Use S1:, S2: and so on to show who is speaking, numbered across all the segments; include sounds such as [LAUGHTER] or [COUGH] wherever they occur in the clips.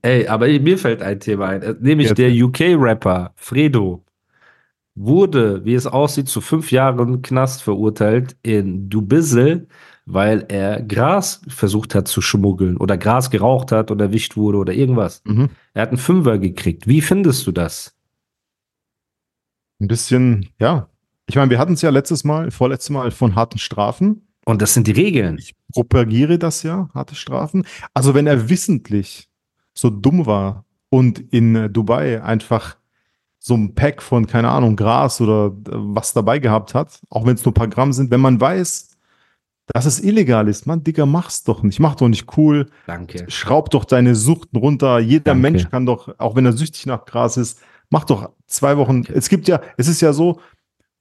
S1: Ey, aber mir fällt ein Thema ein. Äh, Nämlich
S2: Ja.
S1: der UK-Rapper Fredo wurde, wie es aussieht, zu fünf Jahren Knast verurteilt in Dubizzle, weil er Gras versucht hat zu schmuggeln oder Gras geraucht hat und erwischt wurde oder irgendwas.
S2: Mhm.
S1: Er hat einen Fünfer gekriegt. Wie findest du das?
S2: Ein bisschen, ja. Ich meine, wir hatten es ja letztes Mal, vorletztes Mal von harten Strafen.
S1: Und das sind die Regeln.
S2: Propagiere das ja, harte Strafen. Also wenn er wissentlich so dumm war und in äh, Dubai einfach so ein Pack von, keine Ahnung, Gras oder äh, was dabei gehabt hat, auch wenn es nur ein paar Gramm sind, wenn man weiß, dass es illegal ist, Mann, Digga, mach's doch nicht, mach doch nicht cool,
S1: Danke.
S2: Schraub doch deine Suchten runter. Jeder
S1: Danke.
S2: Mensch kann doch, auch wenn er süchtig nach Gras ist, mach doch zwei Wochen.
S1: Danke.
S2: Es gibt ja, es ist ja so,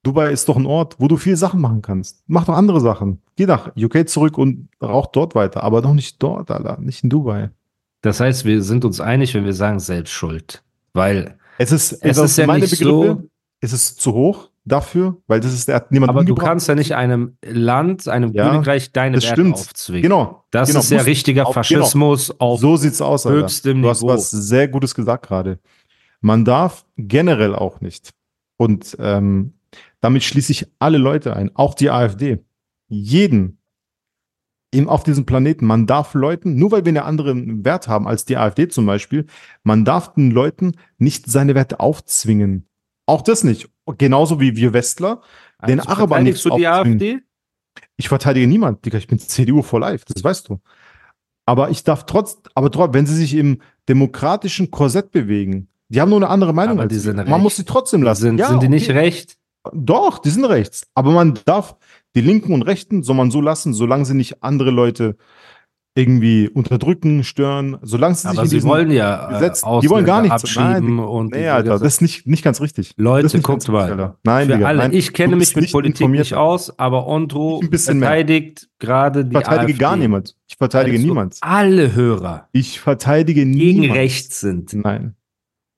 S2: Dubai ist doch ein Ort, wo du viele Sachen machen kannst. Mach doch andere Sachen. Geh nach UK zurück und rauch dort weiter. Aber doch nicht dort, Alter. Nicht in Dubai.
S1: Das heißt, wir sind uns einig, wenn wir sagen, selbst schuld. Weil
S2: Es ist,
S1: es
S2: also
S1: ist ja
S2: meine
S1: nicht
S2: Begriffe,
S1: so,
S2: es ist zu hoch dafür, weil das ist, der hat niemand
S1: aber du
S2: umgebracht.
S1: kannst ja nicht einem Land, einem
S2: Ja,
S1: Königreich deine
S2: das
S1: Werte
S2: stimmt.
S1: aufzwingen.
S2: Genau.
S1: Das
S2: genau,
S1: ist ja
S2: musst-
S1: richtiger
S2: auf- genau.
S1: Faschismus auf
S2: So sieht's aus, Alter.
S1: höchstem
S2: Du hast
S1: Niveau.
S2: was sehr Gutes gesagt gerade. Man darf generell auch nicht. Und ähm, damit schließe ich alle Leute ein, auch die AfD. Jeden im, auf diesem Planeten. Man darf Leuten, nur weil wir einen anderen Wert haben als die AfD zum Beispiel, man darf den Leuten nicht seine Werte aufzwingen. Auch das nicht. Genauso wie wir Westler. den
S1: Also
S2: Arabern
S1: verteidigst
S2: nichts
S1: du die
S2: aufzwingen.
S1: AfD?
S2: Ich verteidige niemanden, Digga. Ich bin CDU for life, das weißt du. Aber ich darf trotz, aber trotz, wenn sie sich im demokratischen Korsett bewegen, die haben nur eine andere Meinung.
S1: Aber die
S2: wir.
S1: sind
S2: man
S1: rechts.
S2: muss sie trotzdem lassen.
S1: Sind, sind die nicht
S2: okay.
S1: recht?
S2: Doch, die sind rechts. Aber man darf die Linken und Rechten soll man so lassen, solange sie nicht andere Leute irgendwie unterdrücken, stören, solange sie
S1: Aber
S2: in
S1: sie
S2: diesen-
S1: wollen ja äh,
S2: Gesetz- die wollen gar
S1: Ausländer
S2: nichts. Nein,
S1: abschieben
S2: die-
S1: und
S2: Nee,
S1: diese
S2: Alter,
S1: ganze-
S2: das ist nicht, nicht ganz richtig. das ist
S1: Leute,
S2: nicht
S1: guckt
S2: ganz richtig,
S1: mal.
S2: Alter. Nein,
S1: Für
S2: Digga,
S1: alle.
S2: nein,
S1: ich kenne
S2: du
S1: mich
S2: bist
S1: mit
S2: nicht
S1: Politik
S2: informiert,
S1: nicht
S2: Alter.
S1: aus, aber Ondro
S2: Ich ein bisschen mehr.
S1: verteidigt gerade die
S2: Ich verteidige
S1: AfD.
S2: gar niemand. Ich verteidige
S1: Also
S2: niemand.
S1: Alle Hörer
S2: Ich verteidige
S1: gegen
S2: niemand.
S1: rechts sind.
S2: Nein.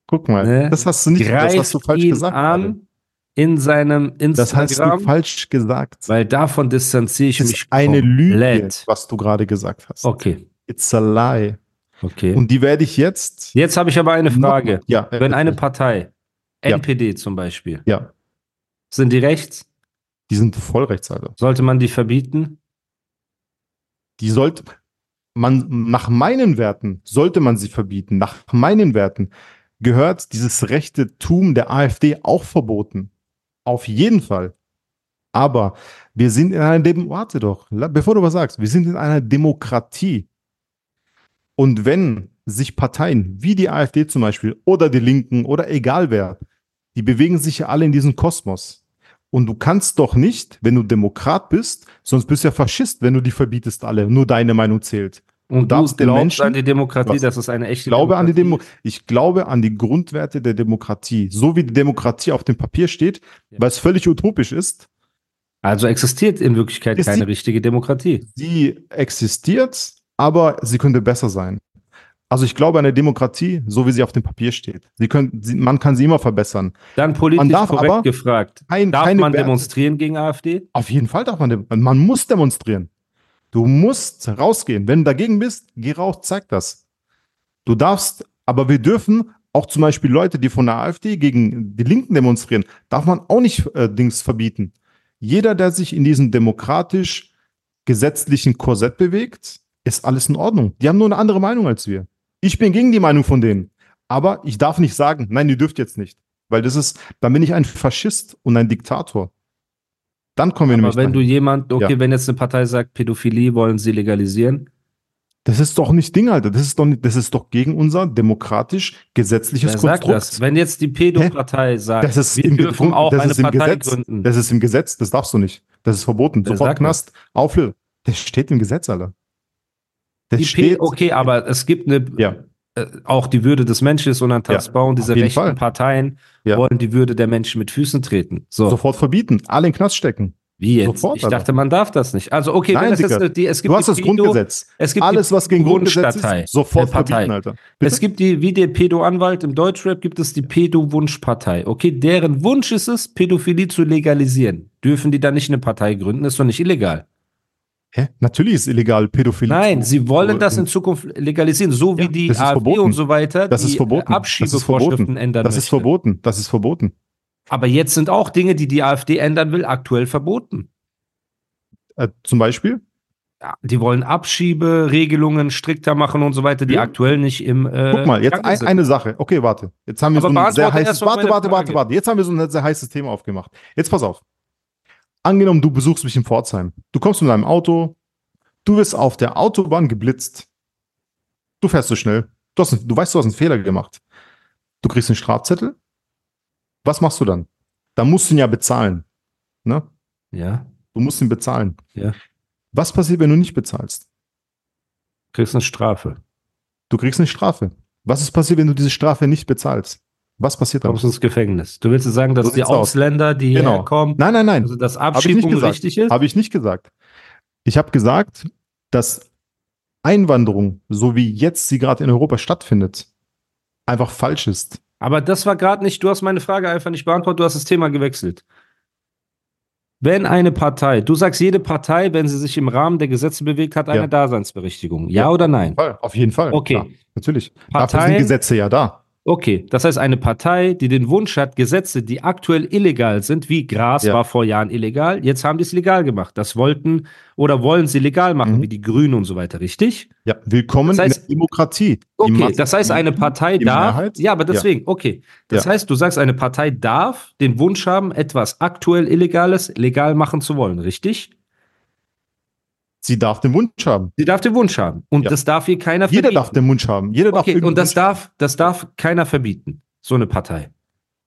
S2: Guck mal,
S1: Ne?
S2: das hast du nicht, das hast
S1: Greift
S2: du falsch
S1: ihn
S2: gesagt. gerade.
S1: an in seinem
S2: Das hast du
S1: Instagram,
S2: falsch gesagt.
S1: weil davon distanziere ich
S2: Das
S1: mich
S2: ist eine Lüge,
S1: komplett.
S2: was du gerade gesagt hast.
S1: Okay,
S2: It's a lie.
S1: okay.
S2: Und die werde ich jetzt.
S1: Jetzt habe ich aber eine Frage.
S2: Noch- Ja, äh,
S1: Wenn eine Partei,
S2: Ja.
S1: NPD zum Beispiel,
S2: ja,
S1: sind die rechts?
S2: die sind voll rechts, Alter.
S1: Sollte man die verbieten?
S2: Die sollte man nach meinen Werten sollte man sie verbieten. Nach meinen Werten gehört dieses rechte Tum der AfD auch verboten. Auf jeden Fall. Aber wir sind in einer Dem warte doch, la- bevor du was sagst, wir sind in einer Demokratie. Und wenn sich Parteien wie die AfD zum Beispiel oder die Linken oder egal wer, die bewegen sich ja alle in diesem Kosmos. Und du kannst doch nicht, wenn du Demokrat bist, sonst bist du ja Faschist, wenn du die verbietest alle, nur deine Meinung zählt.
S1: Und du
S2: darfst den
S1: glaubst
S2: Menschen-
S1: an die Demokratie,
S2: Was?
S1: das ist eine echte
S2: Ich glaube an die Demo
S1: Demokratie.
S2: ich glaube an die Grundwerte der Demokratie, so wie die Demokratie auf dem Papier steht,
S1: Ja.
S2: was völlig utopisch ist.
S1: Also existiert in Wirklichkeit
S2: Ist
S1: keine
S2: die-
S1: richtige Demokratie.
S2: Sie existiert, aber sie könnte besser sein. Also ich glaube an der Demokratie, so wie sie auf dem Papier steht. Sie können, sie, man kann sie immer verbessern.
S1: Dann politisch
S2: Man darf
S1: korrekt
S2: aber
S1: gefragt.
S2: Kein,
S1: Darf
S2: keine
S1: man
S2: Werte-
S1: demonstrieren gegen AfD?
S2: Auf jeden Fall darf man, dem- man muss demonstrieren. Du musst rausgehen. Wenn du dagegen bist, geh raus, zeig das. Du darfst, aber wir dürfen auch zum Beispiel Leute, die von der AfD gegen die Linken demonstrieren, darf man auch nicht äh, Dings verbieten. Jeder, der sich in diesem demokratisch gesetzlichen Korsett bewegt, ist alles in Ordnung. Die haben nur eine andere Meinung als wir. Ich bin gegen die Meinung von denen. Aber ich darf nicht sagen, nein, ihr dürft jetzt nicht. Weil das ist, dann bin ich ein Faschist und ein Diktator. Dann kommen wir
S1: Aber
S2: nämlich
S1: wenn
S2: dahin.
S1: du jemand, okay,
S2: Ja.
S1: wenn jetzt eine Partei sagt, Pädophilie wollen sie legalisieren,
S2: Das ist doch nicht Ding, Alter. Das ist doch, nicht, das ist doch gegen unser demokratisch-gesetzliches
S1: wer sagt
S2: Konstrukt.
S1: das? Wenn jetzt die Pädopartei sagt,
S2: Das ist
S1: wir
S2: im,
S1: dürfen
S2: Grund-
S1: auch
S2: das
S1: eine
S2: ist im
S1: Partei
S2: Gesetz.
S1: gründen.
S2: Das ist im Gesetz. Das darfst du nicht. Das ist verboten.
S1: Wer
S2: Sofort
S1: sagt das?
S2: Knast. Auflösung. Das steht im Gesetz, Alter. Das
S1: IP,
S2: steht,
S1: okay, aber es gibt eine,
S2: Ja.
S1: äh, auch die Würde des Menschen ist unantastbar und diese
S2: auf jeden
S1: rechten
S2: Fall.
S1: Parteien
S2: Ja.
S1: wollen die Würde der Menschen mit Füßen treten. So,
S2: Sofort verbieten, alle in den Knast stecken.
S1: wie jetzt?
S2: sofort,
S1: ich
S2: Alter.
S1: dachte, man darf das nicht. Also, okay,
S2: Nein,
S1: wenn das
S2: Digga.
S1: jetzt, eine- die, es gibt
S2: Du hast
S1: die
S2: das
S1: Pedo-
S2: Grundgesetz.
S1: Es gibt
S2: Alles, was gegen Grundgesetz
S1: Grundstadtei,
S2: ist, sofort
S1: äh, Partei.
S2: verbieten, Alter.
S1: Die,
S2: Bitte?
S1: es gibt die, wie der Pedo-Anwalt im Deutschrap, gibt es die Pedo-Wunschpartei. Okay, deren Wunsch ist es, Pädophilie zu legalisieren. Dürfen die dann nicht eine Partei gründen? Ist doch nicht illegal.
S2: Hä? Natürlich ist illegal Pädophilie.
S1: Nein,
S2: zu-
S1: sie wollen
S2: zu-
S1: das in Zukunft legalisieren, so wie
S2: Ja,
S1: die
S2: das ist
S1: AfD
S2: verboten.
S1: und so weiter
S2: Das
S1: die
S2: ist
S1: äh,
S2: verboten. Das ist
S1: Abschiebevorschriften
S2: verboten.
S1: ändern
S2: Das ist
S1: möchte.
S2: verboten. Das ist verboten.
S1: Aber jetzt sind auch Dinge, die die AfD ändern will, aktuell verboten.
S2: Äh, zum Beispiel?
S1: Ja, die wollen Abschieberegelungen strikter machen und so weiter, die
S2: Ja.
S1: aktuell nicht im. Äh,
S2: Guck mal, jetzt
S1: Gange
S2: ein,
S1: sind.
S2: eine Sache. Okay, warte. Jetzt haben wir
S1: Aber
S2: so ein
S1: beantworte
S2: sehr heißes.
S1: erst mal
S2: Warte,
S1: meine
S2: warte, warte,
S1: Frage.
S2: warte. Jetzt haben wir so ein sehr heißes Thema aufgemacht. Jetzt pass auf. Angenommen, du besuchst mich in Pforzheim. Du kommst mit deinem Auto. Du wirst auf der Autobahn geblitzt. Du fährst zu schnell. Du, hast, einen- du weißt, du hast einen Fehler gemacht. Du kriegst einen Strafzettel. Was machst du dann? Da musst du ihn ja bezahlen. Ne?
S1: Ja,
S2: Du musst ihn bezahlen.
S1: Ja.
S2: Was passiert, wenn du nicht bezahlst?
S1: kriegst eine Strafe.
S2: Du kriegst eine Strafe. Was ist passiert, wenn du diese Strafe nicht bezahlst? Was passiert dann?
S1: Kommst ins Gefängnis. Du willst jetzt sagen, dass
S2: So
S1: die
S2: sieht's aus.
S1: Ausländer, die
S2: Genau.
S1: herkommen,
S2: Nein, nein, nein.
S1: also dass
S2: ich nicht
S1: Abschiebung
S2: gesagt.
S1: richtig ist?
S2: Habe ich nicht gesagt. Ich habe gesagt, dass Einwanderung, so wie jetzt sie gerade in Europa stattfindet, einfach falsch ist.
S1: Aber das war gerade nicht, du hast meine Frage einfach nicht beantwortet, du hast das Thema gewechselt. Wenn eine Partei, du sagst, jede Partei, wenn sie sich im Rahmen der Gesetze bewegt, hat eine
S2: Ja.
S1: Daseinsberechtigung. Ja,
S2: Ja.
S1: oder nein?
S2: Auf jeden Fall.
S1: Okay.
S2: Klar, natürlich. Dafür sind
S1: Parteien-
S2: Gesetze ja da.
S1: Okay, das heißt, eine Partei, die den Wunsch hat, Gesetze, die aktuell illegal sind, wie Gras
S2: Ja.
S1: war vor Jahren illegal, jetzt haben die es legal gemacht. Das wollten oder wollen sie legal machen,
S2: Mhm.
S1: wie die Grünen und so weiter, richtig?
S2: Ja, willkommen
S1: Das heißt-
S2: in der Demokratie. Die
S1: Okay,
S2: Masse-
S1: das heißt, eine Partei
S2: die
S1: darf.
S2: Mehrheit-
S1: Ja, aber
S2: Ja.
S1: deswegen, okay. Das
S2: Ja.
S1: heißt, du sagst, eine Partei darf den Wunsch haben, etwas aktuell Illegales legal machen zu wollen, richtig?
S2: Sie darf den Wunsch haben.
S1: Sie darf den Wunsch haben. Und
S2: Ja.
S1: das darf hier keiner
S2: Jeder
S1: verbieten.
S2: darf den Wunsch haben. Jeder darf
S1: okay,
S2: irgendeinen
S1: und das
S2: Wunsch
S1: darf, das darf keiner verbieten, so eine Partei.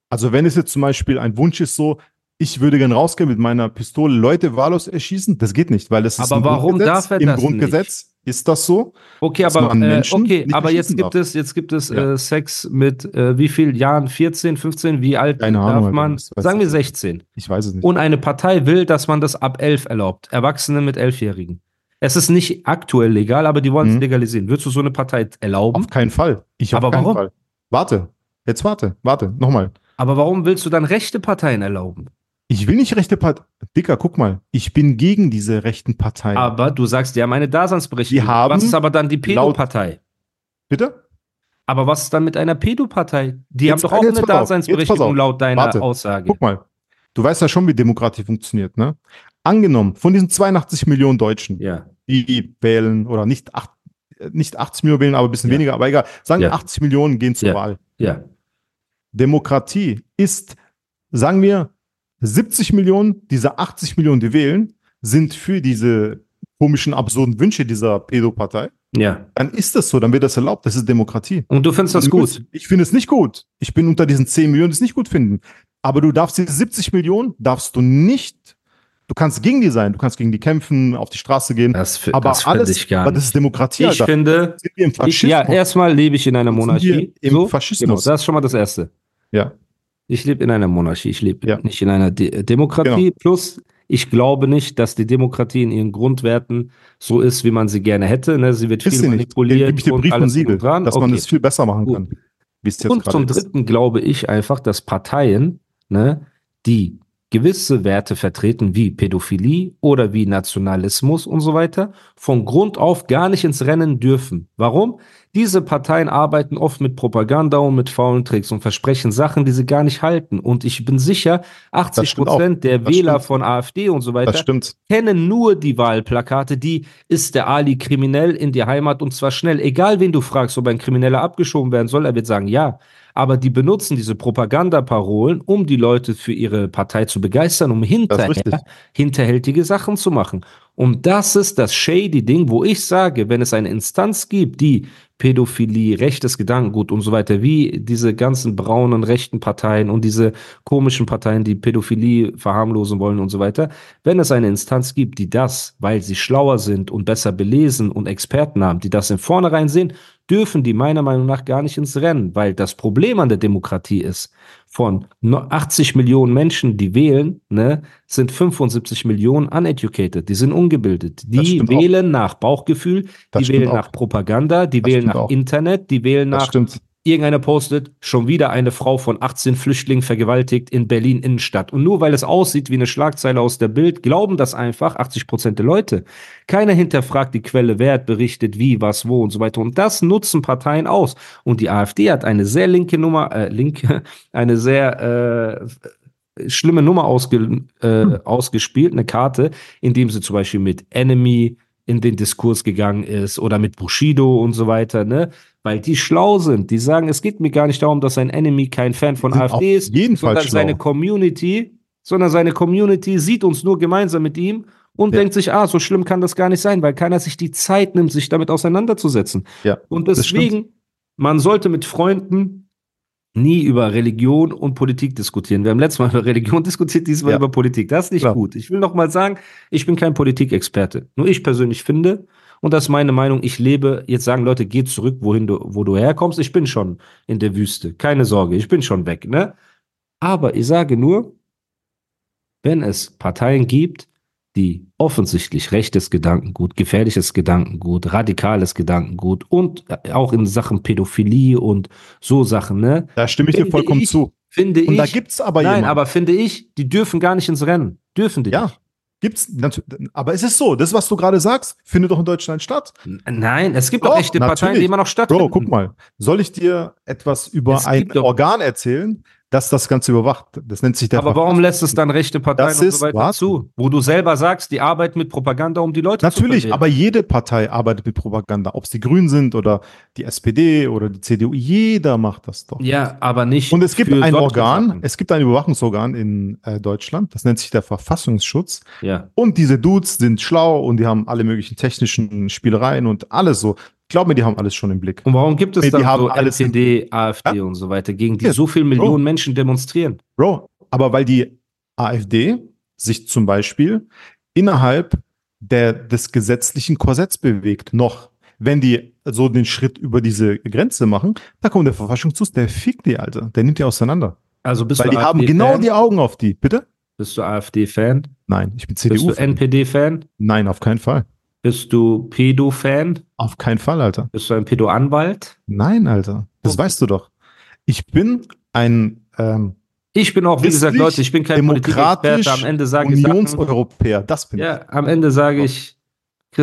S2: Also wenn es jetzt zum Beispiel ein Wunsch ist, so ich würde gern rausgehen mit meiner Pistole Leute wahllos erschießen, das geht nicht, weil das ist
S1: Aber
S2: im
S1: warum
S2: Grundgesetz.
S1: darf er
S2: Im
S1: das
S2: Grundgesetz ist das so.
S1: Okay,
S2: dass
S1: aber,
S2: man
S1: äh,
S2: Menschen
S1: okay,
S2: nicht
S1: aber jetzt
S2: erschießen
S1: gibt
S2: darf.
S1: es, jetzt gibt es
S2: Ja.
S1: äh, Sex mit äh, wie viel Jahren? 14, 15? Wie alt
S2: Keine
S1: darf
S2: Ahnung, Alter,
S1: man?
S2: das weiß
S1: Sagen
S2: ich
S1: wir
S2: nicht.
S1: 16.
S2: Ich weiß es nicht.
S1: Und eine Partei will, dass man das ab 11 erlaubt. Erwachsene mit 11-Jährigen. Es ist nicht aktuell legal, aber die wollen es
S2: Mhm.
S1: legalisieren. Würdest du so eine Partei erlauben?
S2: auf keinen Fall. Ich auf
S1: Aber
S2: keinen
S1: warum?
S2: Fall. Warte, jetzt warte, warte, nochmal.
S1: Aber warum willst du dann rechte Parteien erlauben?
S2: Ich will nicht rechte Partei. Dicker, guck mal, ich bin gegen diese rechten Parteien.
S1: Aber du sagst, die haben eine Daseinsberechtigung.
S2: Die haben
S1: was ist aber dann die
S2: laut-
S1: Pädopartei?
S2: Bitte?
S1: Aber was ist dann mit einer Pädopartei? Die
S2: Jetzt-
S1: haben doch auch
S2: jetzt
S1: eine
S2: pass auf, jetzt pass
S1: Daseinsberechtigung
S2: auf.
S1: laut deiner
S2: Warte.
S1: Aussage.
S2: Guck mal. Du weißt ja schon, wie Demokratie funktioniert, ne? Angenommen, von diesen 82 Millionen Deutschen,
S1: Ja.
S2: die wählen oder nicht, acht, äh, nicht 80 Millionen wählen, aber ein bisschen
S1: Ja.
S2: weniger, aber egal. Sagen wir
S1: Ja.
S2: 80 Millionen gehen zur
S1: Ja.
S2: Wahl.
S1: Ja.
S2: Demokratie ist, sagen wir, 70 Millionen dieser 80 Millionen, die wählen, sind für diese komischen, absurden Wünsche dieser Pädopartei.
S1: Ja.
S2: Dann ist das so, dann wird das erlaubt. Das ist Demokratie.
S1: Und du findest das gut?
S2: Ich finde es nicht gut. Ich bin unter diesen 10 Millionen, die es nicht gut finden. Aber du darfst diese 70 Millionen, darfst du nicht. Du kannst gegen die sein, du kannst gegen die kämpfen, auf die Straße gehen.
S1: Das, fi-
S2: aber
S1: das finde
S2: alles,
S1: ich gar
S2: aber das
S1: nicht.
S2: ist Demokratie,
S1: Ich finde,
S2: Sind wir im
S1: ich,
S2: Faschismus?
S1: ja, erstmal lebe ich in einer
S2: Sind
S1: Monarchie.
S2: wir im Faschismus?
S1: Genau, das ist schon mal das Erste.
S2: Ja.
S1: Ich lebe in einer Monarchie. Ich lebe
S2: Ja. Genau.
S1: nicht in einer De äh, Demokratie. Plus, ich glaube nicht, dass die Demokratie in ihren Grundwerten so ist, wie man sie gerne hätte. Ne? Sie wird
S2: Ist
S1: viel
S2: sie nicht. Den
S1: manipuliert.
S2: gebe ich dir Brief und
S1: alles drum
S2: Siegel,
S1: dran.
S2: dass man
S1: Okay.
S2: das viel besser machen
S1: Gut.
S2: kann. Wie es jetzt
S1: Und
S2: gerade
S1: zum
S2: ist.
S1: Dritten glaube ich einfach, dass Parteien, ne, die gewisse Werte vertreten, wie Pädophilie oder wie Nationalismus und so weiter, von Grund auf gar nicht ins Rennen dürfen. Warum? Diese Parteien arbeiten oft mit Propaganda und mit faulen Tricks und versprechen Sachen, die sie gar nicht halten. Und ich bin sicher, 80
S2: stimmt auch.
S1: Prozent der
S2: Das
S1: Wähler
S2: stimmt.
S1: von AfD und so weiter
S2: Das stimmt.
S1: kennen nur die Wahlplakate, die ist der Ali kriminell in die Heimat und zwar schnell. Egal wen du fragst, ob ein Krimineller abgeschoben werden soll, er wird sagen ja. Aber die benutzen diese Propagandaparolen, um die Leute für ihre Partei zu begeistern, um
S2: Das ist
S1: hinterher
S2: richtig.
S1: hinterhältige Sachen zu machen. Und das ist das shady Ding, wo ich sage, wenn es eine Instanz gibt, die Pädophilie, rechtes Gedankengut und so weiter, wie diese ganzen braunen rechten Parteien und diese komischen Parteien, die Pädophilie verharmlosen wollen und so weiter, wenn es eine Instanz gibt, die das, weil sie schlauer sind und besser belesen und Experten haben, die das in vornherein sehen, dürfen die meiner Meinung nach gar nicht ins Rennen, weil das Problem an der Demokratie ist, von 80 Millionen Menschen, die wählen, ne, sind 75 Millionen uneducated, die sind ungebildet. Die
S2: stimmt auch.
S1: wählen nach Bauchgefühl,
S2: Das
S1: die
S2: stimmt
S1: wählen
S2: auch.
S1: nach Propaganda, die
S2: Das
S1: wählen
S2: stimmt
S1: nach
S2: auch.
S1: Internet, die wählen
S2: Das
S1: nach
S2: stimmt.
S1: irgendeiner postet, schon wieder eine Frau von 18 Flüchtlingen vergewaltigt in Berlin Innenstadt. Und nur weil es aussieht wie eine Schlagzeile aus der Bild, glauben das einfach 80 Prozent der Leute. Keiner hinterfragt die Quelle, wer hat berichtet, wie, was, wo und so weiter. Und das nutzen Parteien aus. Und die AfD hat eine sehr linke Nummer, äh, linke, [LAUGHS] eine sehr äh, schlimme Nummer ausge,
S2: Hm.
S1: äh, ausgespielt, eine Karte, indem sie zum Beispiel mit Enemy in den Diskurs gegangen ist oder mit Bushido und so weiter, ne? Weil die schlau sind. Die sagen, es geht mir gar nicht darum, dass ein Enemy kein Fan von
S2: Die sind auf
S1: AfD ist,
S2: jeden Fall
S1: sondern
S2: schlau.
S1: seine Community, sondern seine Community sieht uns nur gemeinsam mit ihm und
S2: Ja.
S1: denkt sich, ah, so schlimm kann das gar nicht sein, weil keiner sich die Zeit nimmt, sich damit auseinanderzusetzen.
S2: Ja,
S1: und
S2: das stimmt.
S1: deswegen, man sollte mit Freunden nie über Religion und Politik diskutieren. Wir haben letztes Mal über Religion [LAUGHS] diskutiert, diesmal
S2: Ja.
S1: über Politik. Das ist nicht
S2: Klar.
S1: gut. Ich will noch mal sagen, ich bin kein Politikexperte. Nur ich persönlich finde, und das ist meine Meinung, ich lebe, jetzt sagen Leute, geh zurück, wohin du, wo du herkommst. Ich bin schon in der Wüste. Keine Sorge, ich bin schon weg, ne? Aber ich sage nur, wenn es Parteien gibt, die offensichtlich rechtes Gedankengut, gefährliches Gedankengut, radikales Gedankengut und äh, auch in Sachen Pädophilie und so Sachen, ne?
S2: Da stimme ich dir
S1: Finde
S2: vollkommen
S1: ich-
S2: zu.
S1: Finde
S2: Und
S1: ich.
S2: da gibt es aber
S1: nein,
S2: jemanden.
S1: aber finde ich, die dürfen gar nicht ins Rennen. Dürfen die
S2: ja,
S1: nicht.
S2: gibt's natürlich. Aber es ist so, das, was du gerade sagst, findet doch in Deutschland statt.
S1: N- Nein, es gibt
S2: Doch,
S1: doch echte Parteien,
S2: natürlich.
S1: die immer noch stattfinden.
S2: Bro, guck mal, soll ich dir etwas über
S1: Es
S2: ein
S1: gibt doch-
S2: Organ erzählen, das das Ganze überwacht? Das nennt sich der
S1: Aber
S2: Ver-
S1: warum lässt es dann rechte Parteien
S2: Das
S1: und
S2: ist-
S1: so weiter
S2: warte.
S1: zu? Wo du selber sagst, die arbeiten mit Propaganda, um die Leute zu
S2: Natürlich,
S1: verwirren.
S2: aber jede Partei arbeitet mit Propaganda. Ob es die Grünen sind oder die SPD oder die CDU, jeder macht das doch.
S1: Ja, aber nicht.
S2: Und es gibt
S1: für
S2: ein
S1: solche
S2: Organ,
S1: Sachen.
S2: es gibt ein Überwachungsorgan in äh, Deutschland, das nennt sich der Verfassungsschutz.
S1: Ja.
S2: Und diese Dudes sind schlau und die haben alle möglichen technischen Spielereien und alles so. Glaub mir, die haben alles schon im Blick.
S1: Und warum gibt es
S2: Die
S1: dann
S2: haben
S1: so
S2: alles-
S1: NPD, AfD und so weiter, gegen die
S2: Ja,
S1: so viele
S2: Bro.
S1: Millionen Menschen demonstrieren?
S2: Bro, aber weil die AfD sich zum Beispiel innerhalb der, des gesetzlichen Korsetts bewegt, noch. Wenn die so den Schritt über diese Grenze machen, da kommt der Verfassungsschutz, der fickt die, Alter. Der nimmt die auseinander.
S1: Also bist
S2: Weil
S1: du
S2: die haben
S1: AfD-Fan?
S2: genau die Augen auf die. Bitte?
S1: Bist du AfD-Fan?
S2: Nein, ich bin
S1: Bist
S2: CDU.
S1: du NPD-Fan?
S2: Nein, auf keinen Fall.
S1: Bist du E Pedo-Fan?
S2: Auf keinen Fall, Alter.
S1: Bist du ein E Pedo-Anwalt?
S2: Nein, Alter. Das
S1: Okay.
S2: weißt du doch. Ich bin ein ähm,
S1: Ich bin auch, wie gesagt,
S2: Christlich,
S1: Leute, ich bin kein
S2: demokratisch,
S1: Politikexperte. Am Ende sage ich, Sachen-
S2: Unionseuropäer. Das bin
S1: ja, am Ende sage ich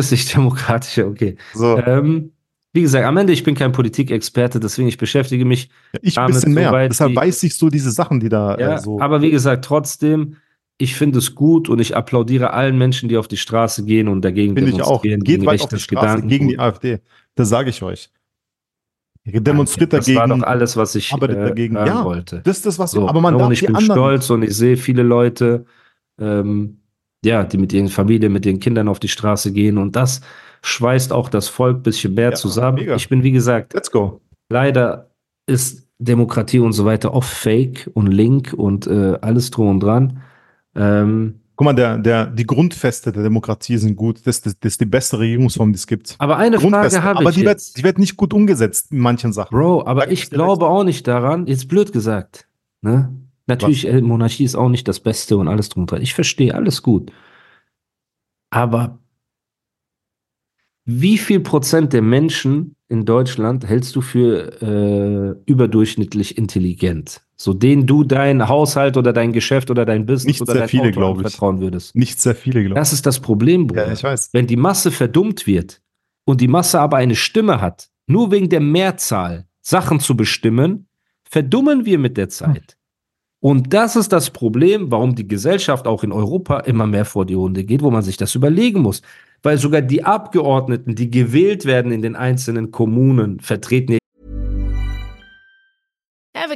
S1: christlich-demokratische, okay.
S2: ich. Also, So,
S1: Ähm, wie gesagt, am Ende, ich bin kein Politikexperte, deswegen ich beschäftige mich.
S2: ich ein
S1: damit
S2: bisschen mehr.
S1: soweit
S2: Deshalb
S1: die-
S2: weiß ich so diese Sachen, die da
S1: Ja,
S2: äh, so.
S1: aber wie gesagt, trotzdem, ich finde es gut und ich applaudiere allen Menschen, die auf die Straße gehen und dagegen
S2: finde ich auch.
S1: demonstrieren,
S2: Geht
S1: gegen
S2: weit auf die
S1: rechtes
S2: Straße
S1: Gedankengut.
S2: gegen die AfD. Das sage ich euch. Ihr Demonstriert
S1: das
S2: dagegen.
S1: war doch alles, was ich äh,
S2: arbeitet dagegen.
S1: hören
S2: Ja,
S1: wollte.
S2: Das ist das, was.
S1: So,
S2: aber man
S1: und
S2: darf
S1: ich
S2: die
S1: bin
S2: anderen.
S1: stolz und ich sehe viele Leute, ähm, ja, die mit ihren Familien, mit ihren Kindern auf die Straße gehen und das schweißt auch das Volk ein bisschen mehr
S2: Ja,
S1: zusammen.
S2: mega.
S1: Ich bin, wie gesagt,
S2: Let's go.
S1: leider ist Demokratie und so weiter oft fake und link und äh, alles drum und dran. Ähm,
S2: Guck mal, der, der, die Grundfeste der Demokratie sind gut. Das, das, das ist die beste Regierungsform, die es gibt.
S1: aber eine
S2: Grundfeste.
S1: Frage habe
S2: aber
S1: ich
S2: die wird,
S1: jetzt.
S2: die wird nicht gut umgesetzt in manchen Sachen.
S1: Bro, aber
S2: Sag ich
S1: ich
S2: dir
S1: glaube auch nicht daran, jetzt blöd gesagt, ne? Natürlich, äh, Monarchie ist auch nicht das Beste und alles drum und dran. Ich verstehe, alles gut. Aber wie viel Prozent der Menschen in Deutschland hältst du für äh, überdurchschnittlich intelligent? So denen du dein Haushalt oder dein Geschäft oder dein Business
S2: Nicht
S1: oder
S2: sehr
S1: dein
S2: viele,
S1: Auto
S2: glaube ich.
S1: vertrauen würdest.
S2: Nicht sehr viele, glaube
S1: Das ist das Problem,
S2: ich.
S1: Bruder.
S2: Ja, ich weiß.
S1: Wenn die Masse verdummt wird und die Masse aber eine Stimme hat, nur wegen der Mehrzahl Sachen zu bestimmen, verdummen wir mit
S2: Hm.
S1: der Zeit. Und das ist das Problem, warum die Gesellschaft auch in Europa immer mehr vor die Hunde geht, wo man sich das überlegen muss. Weil sogar die Abgeordneten, die gewählt werden in den einzelnen Kommunen, vertreten
S3: Ever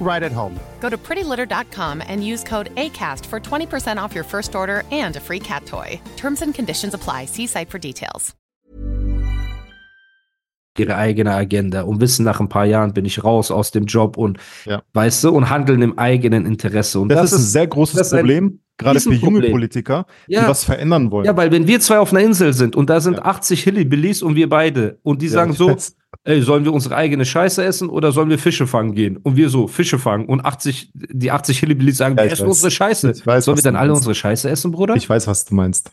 S4: right at home.
S5: Go to prettylitter.com and use code ACAST for 20% off your first order and a free cat toy. Terms and conditions apply. See site for details.
S1: ihre eigene Agenda und wissen, nach ein paar Jahren bin ich raus aus dem Job und
S2: Ja.
S1: weißt du, und handeln im eigenen Interesse. Und
S2: Das, ist ein sehr
S1: das
S2: großes
S1: ist ein
S2: Problem, gerade für junge
S1: Riesenproblem.
S2: Politiker,
S1: Ja.
S2: die was verändern wollen.
S1: Ja, weil wenn wir zwei auf einer Insel sind und da sind 80 Hillybillies und wir beide und die sagen
S2: [LAUGHS]
S1: so,
S2: das-
S1: ey, sollen wir unsere eigene Scheiße essen oder sollen wir Fische fangen gehen? Und wir so, Fische fangen und 80, die 80 Hillybillies sagen,
S2: Ja,
S1: wir
S2: ich
S1: essen
S2: weiß.
S1: unsere Scheiße.
S2: Ich weiß,
S1: sollen wir
S2: was
S1: dann
S2: du
S1: alle
S2: meinst.
S1: unsere Scheiße essen, Bruder?
S2: Ich weiß, was du meinst.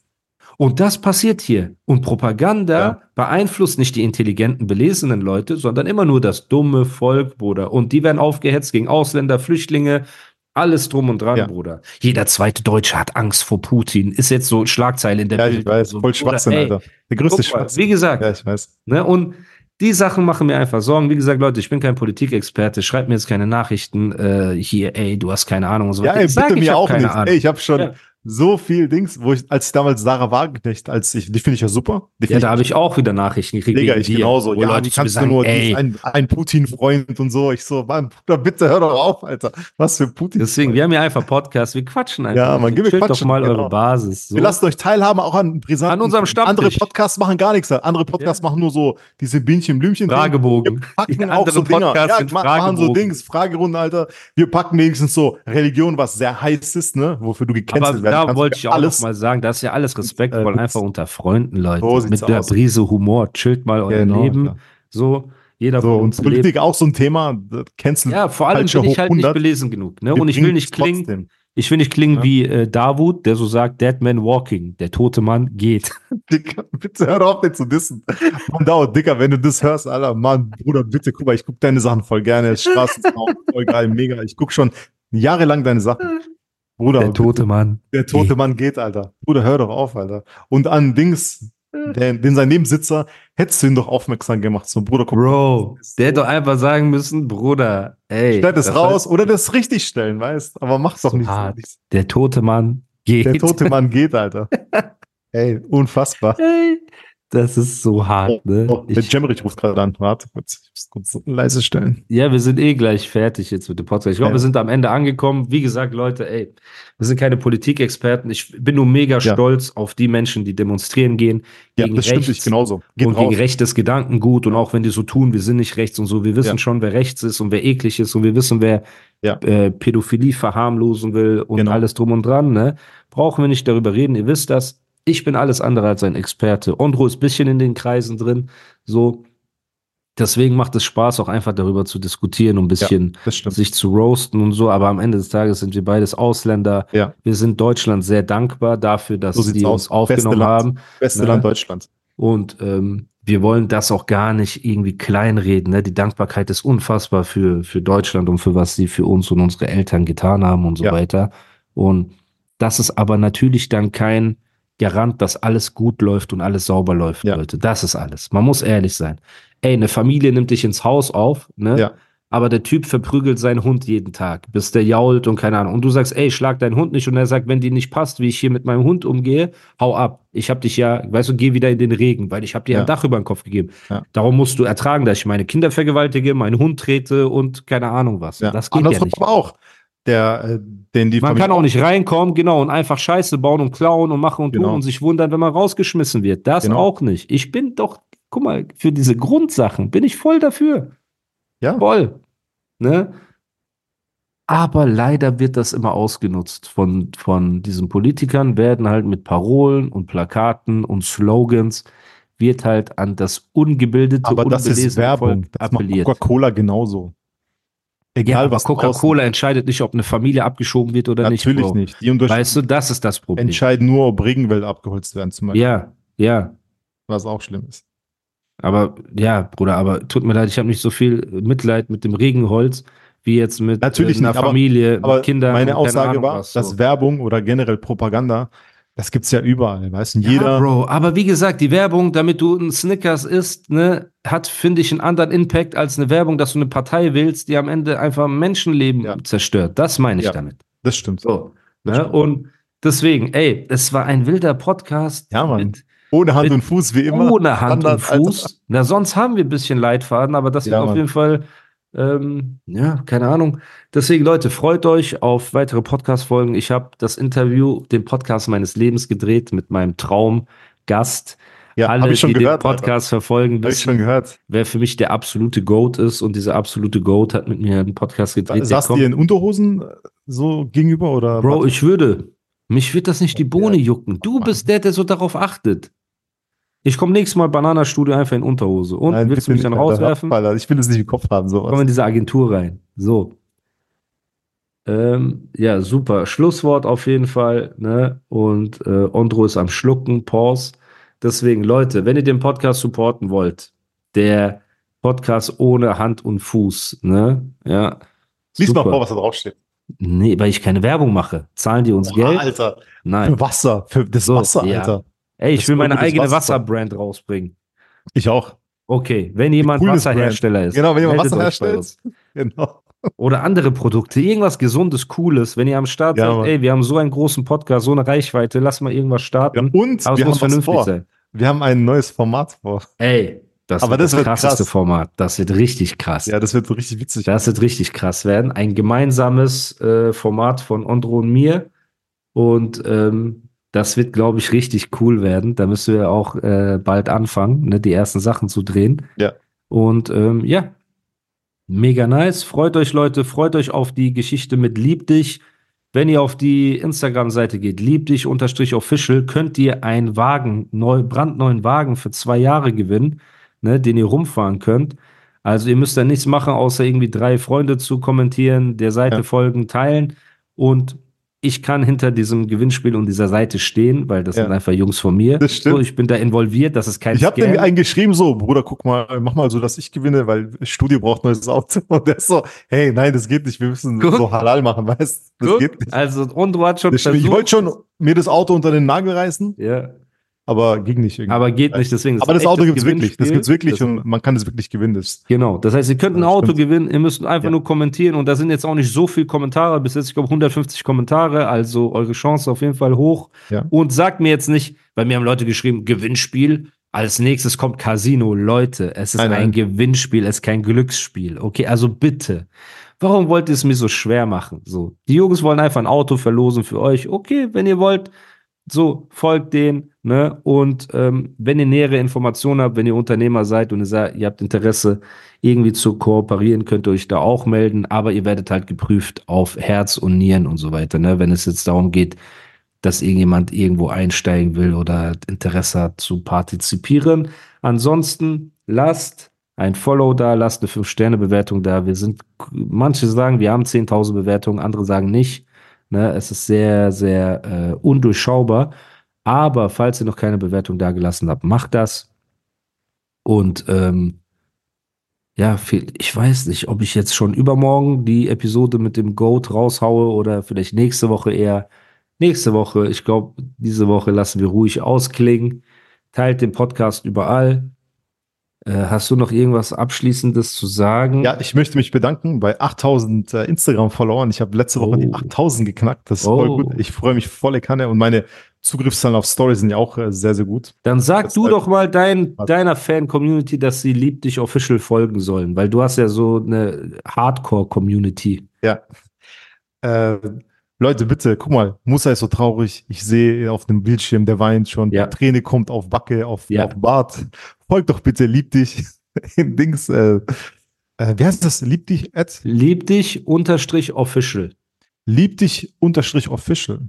S1: und das passiert hier. Und Propaganda
S2: Ja.
S1: beeinflusst nicht die intelligenten, belesenen Leute, sondern immer nur das dumme Volk, Bruder. Und die werden aufgehetzt gegen Ausländer, Flüchtlinge, alles drum und dran,
S2: Ja.
S1: Bruder. Jeder zweite Deutsche hat Angst vor Putin. Ist jetzt so Schlagzeile in der
S2: Ja,
S1: Welt.
S2: ich weiß. Voll Schwachsinn, Alter. Der größte
S1: Also, Guck mal,
S2: Schwachsinn.
S1: wie gesagt,
S2: Ja, ich weiß.
S1: Ne? Und die Sachen machen mir einfach Sorgen. Wie gesagt, Leute, ich bin kein Politikexperte. Schreibt mir jetzt keine Nachrichten äh, hier, ey, du hast keine Ahnung und so
S2: Ja,
S1: weiter.
S2: ey,
S1: Ich sag,
S2: bitte
S1: ich
S2: mir
S1: hab
S2: auch
S1: keine
S2: nicht.
S1: Ahnung.
S2: Ey, ich habe schon
S1: Ja.
S2: so viel Dings, wo ich, als ich damals Sarah Wagenknecht, als ich, die finde ich ja super. Die
S1: ja,
S2: find
S1: da habe ich auch wieder Nachrichten gekriegt.
S2: Digga,
S1: wegen
S2: ich
S1: dir,
S2: genauso.
S1: wo
S2: Ja,
S1: Leute
S2: die
S1: zu mir
S2: kannst du
S1: sagen,
S2: nur, die
S1: ey,
S2: ist ein, ein Putin-Freund und so. Ich so, Mann, Bruder, bitte hör doch auf, Alter. Was für Putin.
S1: Deswegen, wir haben hier einfach Podcast, wir quatschen einfach.
S2: Ja, man, gib mir
S1: Chillt doch
S2: quatschen,
S1: mal
S2: genau.
S1: eure Basis. So.
S2: Wir lassen euch teilhaben, auch an brisanten.
S1: An unserem Stammtisch.
S2: Andere Podcasts machen gar nichts. Andere Podcasts machen nur so diese Bienchen-Blümchen.
S1: Fragebogen.
S2: Wir packen
S1: Die
S2: auch so
S1: anderen
S2: Dinger.
S1: Podcasts
S2: Ja,
S1: sind
S2: ma- machen so
S1: Fragebogen.
S2: Dings, Fragerunde, Alter. Wir packen wenigstens so Religion, was sehr heiß ist, ne? Wofür du gecancelt
S1: Aber
S2: werden kannst.
S1: da wollte ich auch noch
S2: alles.
S1: mal sagen, das ist ja alles respektvoll,
S2: Äh,
S1: einfach unter Freunden, Leute.
S2: So sieht's
S1: Mit der
S2: aus.
S1: Brise Humor, chillt mal euer
S2: Genau,
S1: Leben.
S2: Alter.
S1: So, jeder
S2: So,
S1: von
S2: und
S1: uns lebt.
S2: Politik auch so ein Thema. Cancel.
S1: Ja, vor allem
S2: Falsche
S1: bin ich halt nicht
S2: 100.
S1: belesen genug. Ne?
S2: Wir
S1: Und ich will
S2: bringen
S1: nicht
S2: es trotzdem.
S1: klingen, Ich will nicht klingen
S2: Ja.
S1: wie äh, Davut, der so sagt, Dead Man Walking, der tote Mann geht.
S2: Dicker, bitte hör auf, den zu dissen. Mann, Dau, Dicker, wenn du das hörst, Alter, Mann, Bruder, bitte, guck mal, ich guck deine Sachen voll gerne. Straßenzaun, voll geil, mega. Ich guck schon jahrelang deine Sachen. Bruder,
S1: Der tote Mann.
S2: der tote Mann geht, Alter. Bruder, hör doch auf, Alter. Und an Dings, den, den sein Nebensitzer, hättest du ihn doch aufmerksam gemacht. So, Bruder, guck
S1: Bro,
S2: ist
S1: der
S2: so-
S1: hätte doch einfach sagen müssen, Bruder, ey.
S2: schneid es
S1: das
S2: raus
S1: heißt,
S2: oder das richtig stellen, weißt Aber mach's doch
S1: So
S2: nicht. so.
S1: hart. Der tote Mann geht.
S2: Der tote Mann geht,
S1: [LAUGHS]
S2: Alter. Ey, unfassbar.
S1: Ey, das ist so hart, ne?
S2: Oh, der
S1: Ich,
S2: Jemmerich ruft gerade an. Warte kurz, ich muss kurz leise stellen.
S1: ja, wir sind eh gleich fertig jetzt mit dem Podcast. Ich glaube,
S2: Ja.
S1: wir sind am Ende angekommen. Wie gesagt, Leute, ey, wir sind keine Politikexperten. Ich bin nur mega
S2: Ja.
S1: stolz auf die Menschen, die demonstrieren gehen.
S2: Ja,
S1: gegen
S2: das stimmt
S1: rechts.
S2: ich genauso. Geht
S1: und
S2: raus.
S1: gegen rechtes Gedankengut und auch wenn die so tun, wir sind nicht rechts und so, wir wissen
S2: Ja.
S1: schon, wer rechts ist und wer eklig ist und wir wissen, wer
S2: Ja.
S1: äh, Pädophilie verharmlosen will und
S2: Genau.
S1: alles drum und dran. Ne? Brauchen wir nicht darüber reden, ihr wisst das. Ich bin alles andere als ein Experte. Ondro ist ein bisschen in den Kreisen drin. So. Deswegen macht es Spaß, auch einfach darüber zu diskutieren und ein bisschen
S2: das stimmt.
S1: sich zu roasten und so, aber am Ende des Tages sind wir beides Ausländer.
S2: Ja.
S1: Wir sind Deutschland sehr dankbar dafür, dass
S2: So sieht's
S1: sie uns
S2: aus. Beste
S1: aufgenommen
S2: Land.
S1: haben.
S2: Beste
S1: Ne?
S2: Land Deutschlands.
S1: Und ähm, wir wollen das auch gar nicht irgendwie kleinreden. Ne? Die Dankbarkeit ist unfassbar für, für Deutschland und für was sie für uns und unsere Eltern getan haben und so
S2: Ja.
S1: weiter. Und das ist aber natürlich dann kein Garant, dass alles gut läuft und alles sauber läuft,
S2: Ja.
S1: Leute. Das ist alles. Man muss ehrlich sein. Ey, eine Familie nimmt dich ins Haus auf, ne?
S2: Ja.
S1: Aber der Typ verprügelt seinen Hund jeden Tag, bis der jault und keine Ahnung. Und du sagst, ey, schlag deinen Hund nicht. Und er sagt, wenn dir nicht passt, wie ich hier mit meinem Hund umgehe, hau ab. Ich hab dich ja, weißt du, geh wieder in den Regen, weil ich hab dir
S2: Ja.
S1: ein Dach über den Kopf gegeben.
S2: Ja.
S1: Darum musst du ertragen, dass ich meine Kinder vergewaltige, meinen Hund trete und keine Ahnung was.
S2: Ja.
S1: Das geht ja
S2: Andersrum
S1: nicht.
S2: aber auch. Der, äh, den die
S1: Man
S2: Familie-
S1: kann auch nicht reinkommen, genau, und einfach Scheiße bauen und klauen und machen und tun
S2: Genau.
S1: und sich wundern, wenn man rausgeschmissen wird. Das
S2: Genau.
S1: auch nicht. Ich bin doch, guck mal, für diese Grundsachen bin ich voll dafür.
S2: Ja.
S1: Voll. Ne? Aber leider wird das immer ausgenutzt von, von diesen Politikern, werden halt mit Parolen und Plakaten und Slogans, wird halt an das ungebildete,
S2: aber das ist
S1: unbelesene
S2: Werbung.
S1: Volk
S2: Das macht
S1: appelliert.
S2: Coca-Cola genauso.
S1: Ja,
S2: Egal
S1: aber
S2: was.
S1: Coca-Cola
S2: draußen-
S1: entscheidet nicht, ob eine Familie abgeschoben wird oder nicht.
S2: Natürlich
S1: Bro.
S2: nicht. Die unter-
S1: Weißt du, das ist das Problem.
S2: entscheiden nur, ob Regenwälder abgeholzt werden, zum Beispiel,
S1: Ja, ja.
S2: was auch schlimm ist.
S1: Aber ja, Bruder, aber tut mir leid, ich habe nicht so viel Mitleid mit dem Regenholz wie jetzt mit
S2: Natürlich
S1: äh, einer
S2: nicht, aber-
S1: Familie,
S2: Aber
S1: mit Kindern. und
S2: meine
S1: keine
S2: Aussage
S1: Ahnung
S2: war,
S1: was, so.
S2: dass Werbung oder generell Propaganda, das gibt's ja überall, weißt du?
S1: ja,
S2: Jeder,
S1: Bro, aber wie gesagt, die Werbung, damit du einen Snickers isst, ne, hat, finde ich, einen anderen Impact als eine Werbung, dass du eine Partei willst, die am Ende einfach Menschenleben
S2: Ja.
S1: zerstört. Das meine ich
S2: Ja.
S1: damit.
S2: das stimmt.
S1: So,
S2: Das
S1: ne?
S2: stimmt.
S1: Und deswegen, ey, es war ein wilder Podcast.
S2: Ja, Mann.
S1: Mit
S2: Ohne Hand
S1: Mit-
S2: und Fuß, wie immer.
S1: ohne Hand
S2: Standard,
S1: und Fuß. Na, sonst haben wir ein bisschen Leitfaden, aber das
S2: Ja,
S1: wird auf
S2: Mann.
S1: jeden Fall, ähm, ja, keine Ahnung. Deswegen, Leute, freut euch auf weitere Podcast-Folgen. Ich habe das Interview, den Podcast meines Lebens gedreht mit meinem Traumgast.
S2: Ja,
S1: Alle,
S2: habe ich schon
S1: die
S2: gehört.
S1: den Podcast verfolgen,
S2: Habe ich
S1: wissen,
S2: schon gehört.
S1: wer für mich der absolute Goat ist. Und dieser absolute Goat hat mit mir einen Podcast gedreht. Der
S2: Saßt
S1: kommt-
S2: ihr in Unterhosen äh, so gegenüber oder?
S1: Bro,
S2: was?
S1: ich würde. Mich wird das nicht die Bohne
S2: Ja.
S1: jucken. Du
S2: Mann.
S1: bist der, der so darauf achtet. Ich komme nächstes Mal Bananastudio einfach in Unterhose. Und
S2: Nein,
S1: willst
S2: bitte
S1: du mich
S2: nicht,
S1: dann
S2: Alter.
S1: rauswerfen?
S2: Weil, Alter, Ich will es nicht im Kopf haben,
S1: Komm
S2: sowas.
S1: in diese Agentur rein. So. Ähm, ja, super. Schlusswort auf jeden Fall. Ne? Und äh, Ondro ist am Schlucken. Pause. Deswegen, Leute, wenn ihr den Podcast supporten wollt, der Podcast ohne Hand und Fuß, ne? Ja.
S2: Lies mal
S1: Super.
S2: vor, was da draufsteht.
S1: Nee, weil ich keine Werbung mache. Zahlen die uns
S2: Boah,
S1: Geld?
S2: Alter.
S1: Nein.
S2: Für Wasser, für das
S1: So,
S2: Wasser,
S1: ja.
S2: Alter.
S1: Ey, ich
S2: Das
S1: will
S2: ist
S1: meine
S2: gutes
S1: eigene
S2: Wasser.
S1: Wasserbrand rausbringen.
S2: Ich auch.
S1: Okay, wenn jemand
S2: coole
S1: Wasserhersteller ist.
S2: Genau, wenn jemand
S1: meldet euch
S2: Wasserhersteller
S1: bei
S2: ist.
S1: uns.
S2: Genau.
S1: Oder andere Produkte, irgendwas Gesundes, Cooles. Wenn ihr am Start
S2: Ja,
S1: seid,
S2: Mann.
S1: ey, wir haben so einen großen Podcast, so eine Reichweite, lass mal irgendwas
S2: Ja,
S1: starten.
S2: und
S1: Aber es muss
S2: wir haben was
S1: vernünftig
S2: vor.
S1: sein.
S2: Wir haben ein neues Format vor.
S1: Ey, das
S2: Aber
S1: wird
S2: das
S1: das
S2: wird
S1: krasseste
S2: krass.
S1: Format. Das wird richtig krass.
S2: Ja, das wird so richtig witzig.
S1: Das wird richtig krass werden. Ein gemeinsames äh, Format von Ondro und mir. Und ähm, das wird, glaube ich, richtig cool werden. Da müssen wir auch äh, bald anfangen, ne, die ersten Sachen zu drehen.
S2: Ja.
S1: Und ähm, ja, mega nice. Freut euch, Leute. Freut euch auf die Geschichte mit Lieb dich. Wenn ihr auf die Instagram-Seite geht, lieb dich unterstrich official, könnt ihr einen Wagen, neu, brandneuen Wagen für zwei Jahre gewinnen, ne, den ihr rumfahren könnt. Also ihr müsst da nichts machen, außer irgendwie drei Freunde zu kommentieren, der Seite
S2: Ja.
S1: folgen, teilen. Und ich kann hinter diesem Gewinnspiel und dieser Seite stehen, weil das
S2: Ja.
S1: sind einfach Jungs von mir.
S2: Das stimmt.
S1: So, ich bin da involviert, das ist kein
S2: Ich habe
S1: Scam.
S2: dem einen geschrieben, so, Bruder, guck mal, mach mal so, dass ich gewinne, weil Studio braucht neues Auto. [LAUGHS] Und der ist so, hey, nein, das geht nicht, wir müssen
S1: Guck.
S2: so halal machen, weißt du? Das
S1: Guck,
S2: geht nicht.
S1: Also Ondro hat schon
S2: Ich, ich wollte schon mir das Auto unter den Nagel reißen,
S1: ja,
S2: aber ging nicht irgendwie.
S1: aber geht nicht, deswegen. ist
S2: Aber
S1: ein
S2: das Auto
S1: echtes
S2: gibt's wirklich. Das
S1: Gewinnspiel.
S2: gibt's wirklich
S1: Das-
S2: und man kann es wirklich gewinnen. Das,
S1: Genau, das heißt, ihr könnt ein
S2: Ja,
S1: Auto
S2: stimmt.
S1: gewinnen, ihr müsst einfach
S2: Ja.
S1: nur kommentieren und da sind jetzt auch nicht so viele Kommentare, bis jetzt, ich glaube, 150 Kommentare, also eure Chance auf jeden Fall hoch.
S2: Ja.
S1: Und sagt mir jetzt nicht, weil mir haben Leute geschrieben, Gewinnspiel, als nächstes kommt Casino. Leute, es ist
S2: Nein, nein.
S1: ein Gewinnspiel, es ist kein Glücksspiel, okay? Also bitte, warum wollt ihr es mir so schwer machen? So, die Jungs wollen einfach ein Auto verlosen für euch, okay, wenn ihr wollt, so, folgt denen, ne? Und ähm, wenn ihr nähere Informationen habt, wenn ihr Unternehmer seid und ihr sagt, ihr habt Interesse, irgendwie zu kooperieren, könnt ihr euch da auch melden, aber ihr werdet halt geprüft auf Herz und Nieren und so weiter, ne? Wenn es jetzt darum geht, dass irgendjemand irgendwo einsteigen will oder Interesse hat zu partizipieren. Ansonsten lasst ein Follow da, lasst eine 5-Sterne-Bewertung da. Wir sind, manche sagen, wir haben 10.000 Bewertungen, andere sagen nicht. Ne, es ist sehr, sehr äh, undurchschaubar. Aber falls ihr noch keine Bewertung dagelassen habt, macht das. Und ähm, ja, viel, ich weiß nicht, ob ich jetzt schon übermorgen die Episode mit dem Goat raushaue oder vielleicht nächste Woche eher. Nächste Woche, ich glaube, diese Woche lassen wir ruhig ausklingen. Teilt den Podcast überall. Äh, hast du noch irgendwas Abschließendes zu sagen?
S2: ja, ich möchte mich bedanken bei 8000 äh, Instagram-Followern. Ich habe letzte Woche die
S1: Oh.
S2: 8000 geknackt. Das ist
S1: Oh.
S2: voll gut. Ich freue mich volle Kanne und meine Zugriffszahlen auf Stories sind ja auch äh, sehr, sehr gut.
S1: Dann sag
S2: Das
S1: du
S2: halt-
S1: doch mal dein,
S2: Was?
S1: deiner Fan-Community, dass sie Lieb dich official folgen sollen, weil du hast ja so eine Hardcore-Community.
S2: Äh, Leute, bitte, guck mal, Musa ist so traurig. Ich sehe auf dem Bildschirm, der weint schon.
S1: Ja.
S2: Träne kommt auf Backe, auf,
S1: Ja.
S2: auf Bart. Folgt doch bitte, lieb dich. [LAUGHS] In Dings, äh, äh, wie heißt das? Lieb dich, Ed?
S1: Lieb dich unterstrich official.
S2: Lieb dich unterstrich official.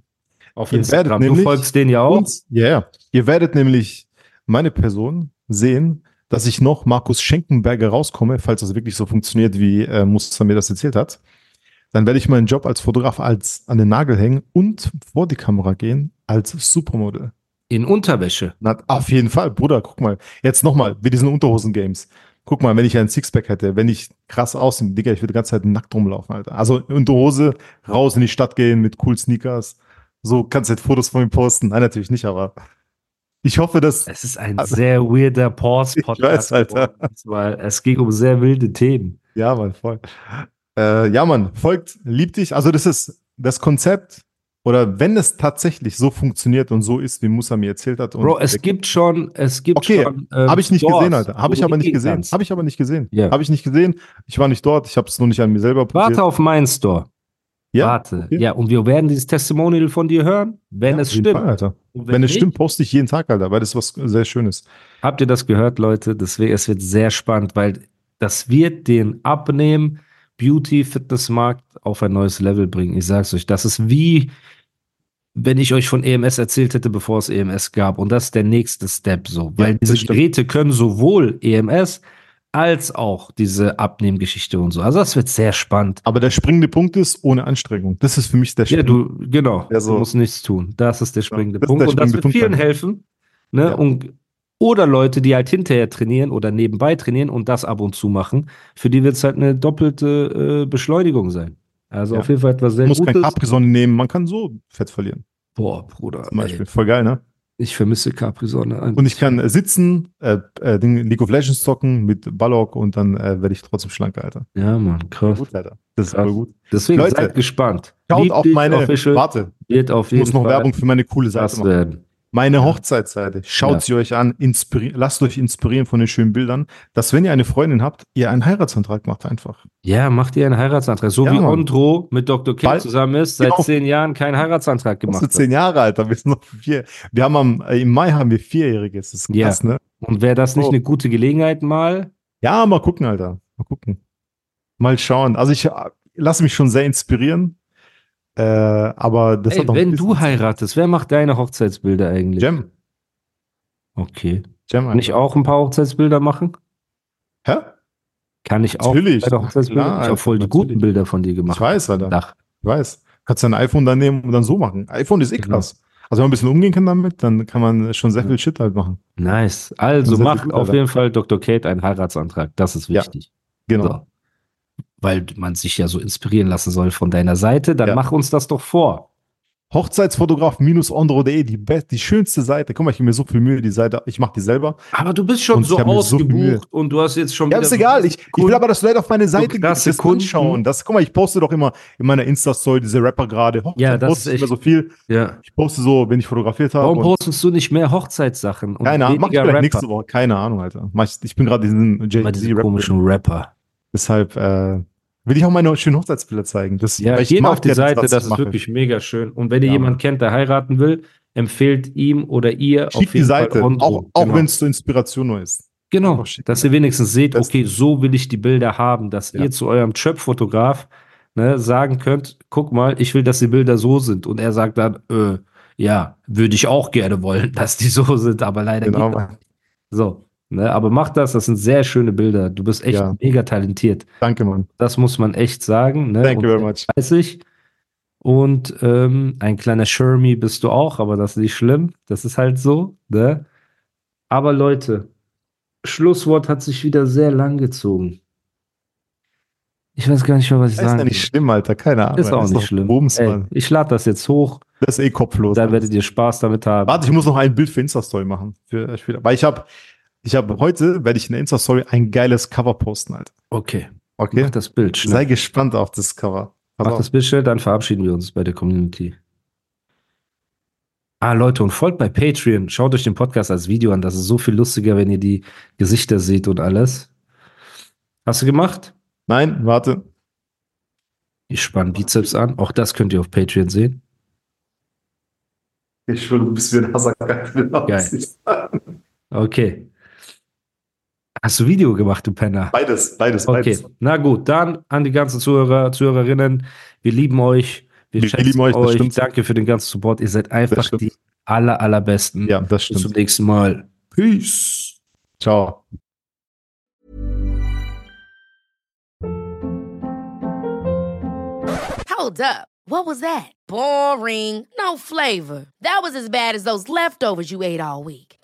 S1: Auf
S2: Ihr
S1: Instagram.
S2: werdet
S1: Du
S2: nämlich
S1: folgst denen ja auch.
S2: Und, ja, ja. Ihr werdet nämlich meine Person sehen, dass ich noch Markus Schenkenberger rauskomme, falls das wirklich so funktioniert, wie äh, Muster mir das erzählt hat. Dann werde ich meinen Job als Fotograf als an den Nagel hängen und vor die Kamera gehen als Supermodel.
S1: In Unterwäsche.
S2: Na, auf jeden Fall, Bruder, guck mal. Jetzt nochmal, mit diesen Unterhosen-Games. Guck mal, wenn ich einen Sixpack hätte, wenn ich krass aussehe, Digga, ich würde die ganze Zeit nackt rumlaufen, Alter. Also Unterhose, raus in die Stadt gehen mit cool Sneakers. So kannst du jetzt Fotos von mir posten. Nein, natürlich nicht, aber ich hoffe, dass.
S1: Es ist ein sehr
S2: [LAUGHS]
S1: weirder Pause-Podcast.
S2: Ich Also- weiß, Alter.
S1: geworden ist, Weil es ging um sehr wilde Themen.
S2: Ja, Mann, voll. Äh, ja, Mann, folgt, liebt dich. Also, das ist das Konzept. Oder wenn es tatsächlich so funktioniert und so ist, wie Musa mir erzählt hat. Und
S1: Bro, es gibt schon, es gibt
S2: Okay,
S1: schon. ähm,
S2: habe ich nicht
S1: Stores,
S2: gesehen, Alter.
S1: wo
S2: Habe ich
S1: du
S2: aber nicht
S1: hingehen
S2: gesehen.
S1: kannst.
S2: Habe ich aber nicht gesehen.
S1: Ja.
S2: Habe ich nicht gesehen. Ich war nicht dort. Ich habe es nur nicht an mir selber
S1: Warte auf meinen Store.
S2: Ja,
S1: Warte.
S2: okay.
S1: Ja, und wir werden dieses Testimonial von dir hören, wenn
S2: Ja,
S1: es
S2: auf jeden
S1: stimmt.
S2: Fall, Alter.
S1: Und
S2: Wenn, es
S1: nicht,
S2: stimmt, poste ich jeden Tag, Alter, weil das was sehr Schönes.
S1: Habt ihr das gehört, Leute? Deswegen, es wird sehr spannend, weil das wird den Abnehmen Beauty Fitness Markt auf ein neues Level bringen. Ich sag's euch, das ist wie wenn ich euch von EMS erzählt hätte, bevor es EMS gab und das ist der nächste Step so, weil
S2: das
S1: diese
S2: stimmt.
S1: Geräte können sowohl EMS als auch diese Abnehmgeschichte und so. Also das wird sehr spannend.
S2: Aber der springende Punkt ist ohne Anstrengung. Das ist für mich der
S1: Ja,
S2: springende
S1: du, genau.
S2: Ja, so.
S1: Du musst nichts tun. Das ist der springende
S2: das ist
S1: Punkt.
S2: der springende
S1: und das wird
S2: Punkt
S1: vielen
S2: bei mir.
S1: helfen. Ne?
S2: Ja.
S1: Und, oder Leute, die halt hinterher trainieren oder nebenbei trainieren und das ab und zu machen. Für die wird es halt eine doppelte äh, Beschleunigung sein. Also
S2: Ja.
S1: auf jeden Fall etwas sehr
S2: Man muss kein
S1: Gutes.
S2: Capri-Sonne nehmen, man kann so Fett verlieren.
S1: Boah, Bruder.
S2: Zum Beispiel.
S1: Ey,
S2: Voll geil, ne?
S1: ich vermisse Capri-Sonne.
S2: Und ich kann äh, sitzen, äh, äh, den League of Legends zocken mit Balog und dann äh, werde ich trotzdem schlank, Alter.
S1: Ja, Mann, krass.
S2: Gut, Alter. Das ist
S1: Krass.
S2: voll gut.
S1: Deswegen
S2: Leute,
S1: seid gespannt.
S2: Schaut
S1: Lieb
S2: auf
S1: dich
S2: meine.
S1: Official
S2: Warte,
S1: wird auf
S2: ich
S1: jeden
S2: muss noch
S1: Fall
S2: Werbung für meine coole Seite
S1: das
S2: machen.
S1: werden.
S2: Meine Hochzeitsseite. Schaut
S1: Ja.
S2: sie euch an. Inspiri lasst euch inspirieren von den schönen Bildern, dass wenn ihr eine Freundin habt, ihr einen Heiratsantrag macht einfach.
S1: Ja, macht ihr einen Heiratsantrag. So
S2: Ja,
S1: wie
S2: Mann.
S1: Ondro mit Dr. Kim
S2: Bald-
S1: zusammen ist, seit
S2: Genau.
S1: zehn Jahren keinen Heiratsantrag
S2: Machst
S1: gemacht
S2: du
S1: hat.
S2: zehn Jahre, Alter. Wir sind noch vier. Wir haben am, äh, im Mai haben wir Vierjähriges. Das ist
S1: Ja.
S2: krass, ne?
S1: Und wäre das nicht
S2: Oh.
S1: eine gute Gelegenheit mal?
S2: Ja, mal gucken, Alter. Mal gucken. Mal schauen. Also ich äh, lasse mich schon sehr inspirieren. Äh, aber das
S1: Ey,
S2: hat noch
S1: wenn du heiratest, wer macht deine Hochzeitsbilder eigentlich?
S2: Jam.
S1: Okay.
S2: Jam
S1: Kann ich auch ein paar Hochzeitsbilder machen?
S2: Hä?
S1: Kann ich auch
S2: Natürlich.
S1: deine Hochzeitsbilder?
S2: Klar,
S1: ich habe voll die
S2: Alter,
S1: guten
S2: natürlich.
S1: Bilder von dir gemacht.
S2: Ich weiß, Alter.
S1: Dach.
S2: Ich weiß. Kannst dein iPhone dann nehmen und dann so machen. iPhone ist eh
S1: Genau.
S2: krass. Also wenn man ein bisschen umgehen kann damit, dann kann man schon sehr
S1: Ja.
S2: viel Shit halt machen.
S1: Nice. Also
S2: Sehr, sehr
S1: macht
S2: gut,
S1: auf
S2: Alter.
S1: jeden Fall Dr. Kate einen Heiratsantrag. Das ist
S2: Ja,
S1: wichtig.
S2: Genau.
S1: So. Weil man sich ja so inspirieren lassen soll von deiner Seite. Dann
S2: Ja.
S1: mach uns das doch vor.
S2: Hochzeitsfotograf-ondro.de, die, best- die schönste Seite. Guck mal, ich gebe mir so viel Mühe, die Seite. Ich mache die selber.
S1: Aber du bist schon
S2: Und ich
S1: so
S2: hab mir so viel Mühe.
S1: ausgebucht und du hast jetzt schon
S2: Ja,
S1: wieder
S2: ist
S1: so
S2: egal. Ich, ich
S1: Kunden.
S2: will aber, dass Leute auf meine Seite
S1: klasse
S2: das
S1: Kunden.
S2: anschauen. Das, guck mal, ich poste doch immer in meiner Insta-Story diese Rapper gerade. Hochzeit
S1: Ja, das
S2: poste
S1: ist
S2: ich immer
S1: echt-
S2: so viel.
S1: ja.
S2: Ich poste so, wenn ich fotografiert habe.
S1: Warum
S2: und-
S1: postest du nicht mehr Hochzeitssachen? Und
S2: Keine Ahnung, mach ich
S1: weniger
S2: vielleicht
S1: Rapper?
S2: nächste Woche. Keine Ahnung, Alter. Mach Ich, ich bin gerade diesen
S1: Immer diese
S2: Jay-Z-Rapper.
S1: komischen Rapper.
S2: Deshalb äh, will ich auch meine schönen Hochzeitsbilder zeigen. Das,
S1: Ja,
S2: weil
S1: geht
S2: mag
S1: auf die
S2: ja
S1: Seite,
S2: was
S1: das
S2: ich
S1: ist
S2: mache.
S1: wirklich mega schön. Und wenn ihr
S2: Ja,
S1: jemanden kennt, der heiraten will, empfehlt ihm oder ihr
S2: Schick die Seite,
S1: Onto.
S2: auch, auch
S1: genau.
S2: wenn es zur Inspiration nur ist.
S1: Genau,
S2: einfach schick
S1: dass ihr wenigstens seht,
S2: Oh, Das-
S1: okay, so will ich die Bilder haben, dass
S2: Ja.
S1: ihr zu eurem Trap-Fotograf ne, sagen könnt, guck mal, ich will, dass die Bilder so sind. Und er sagt dann, äh, ja, würde ich auch gerne wollen, [LAUGHS] dass die so sind, aber leider
S2: Genau,
S1: geht das
S2: Mann.
S1: nicht. So, ne, aber mach das, das sind sehr schöne Bilder. Du bist echt
S2: Ja.
S1: mega talentiert.
S2: Danke, Mann.
S1: Das muss man echt sagen. Ne?
S2: Thank
S1: und
S2: you very much.
S1: 30. Und ähm, ein kleiner Shermie bist du auch, aber das ist nicht schlimm. Das ist halt so. Ne? Aber Leute, Schlusswort hat sich wieder sehr lang gezogen. Ich weiß gar nicht mehr, was ich
S2: Das ist ja
S1: sagen
S2: nicht
S1: will.
S2: schlimm, Alter. Keine Ahnung.
S1: Ist auch
S2: doch
S1: nicht schlimm.
S2: Bums,
S1: Ey,
S2: Mann.
S1: ich lade das jetzt hoch,
S2: Das ist eh kopflos.
S1: dann werdet ihr Spaß damit haben.
S2: Warte, ich muss noch ein Bild für Insta-Story machen. Für äh, später. Weil ich habe ich hab heute, werde ich in der Insta-Story ein geiles Cover posten, Alter.
S1: Okay,
S2: Okay?
S1: mach das Bild
S2: Sei
S1: schnell.
S2: gespannt auf das Cover. Pass
S1: Mach
S2: auf.
S1: das Bild schnell, dann verabschieden wir uns bei der Community. Ah, Leute, und folgt bei Patreon. Schaut euch den Podcast als Video an. Das ist so viel lustiger, wenn ihr die Gesichter seht und alles. Hast du gemacht?
S2: Nein, warte.
S1: Ich spann Bizeps an. Auch das könnt ihr auf Patreon sehen.
S2: Ich schwöre, du bist wie ein [LAUGHS] Geil.
S1: Okay. Hast du Video gemacht, du Penner?
S2: Beides, beides,
S1: Okay, na gut, dann an die ganzen Zuhörer, Zuhörerinnen. Wir lieben euch.
S2: Wir
S1: schätzen
S2: lieben euch, das stimmt.
S1: Danke für den ganzen Support. Ihr seid einfach
S2: stimmt.
S1: die aller, allerbesten.
S2: Ja, das
S1: Bis zum
S2: stimmt.
S1: nächsten Mal. Peace.
S2: Ciao.
S3: Hold up. What was that? Boring. No flavor. That was as bad as those leftovers you ate all week.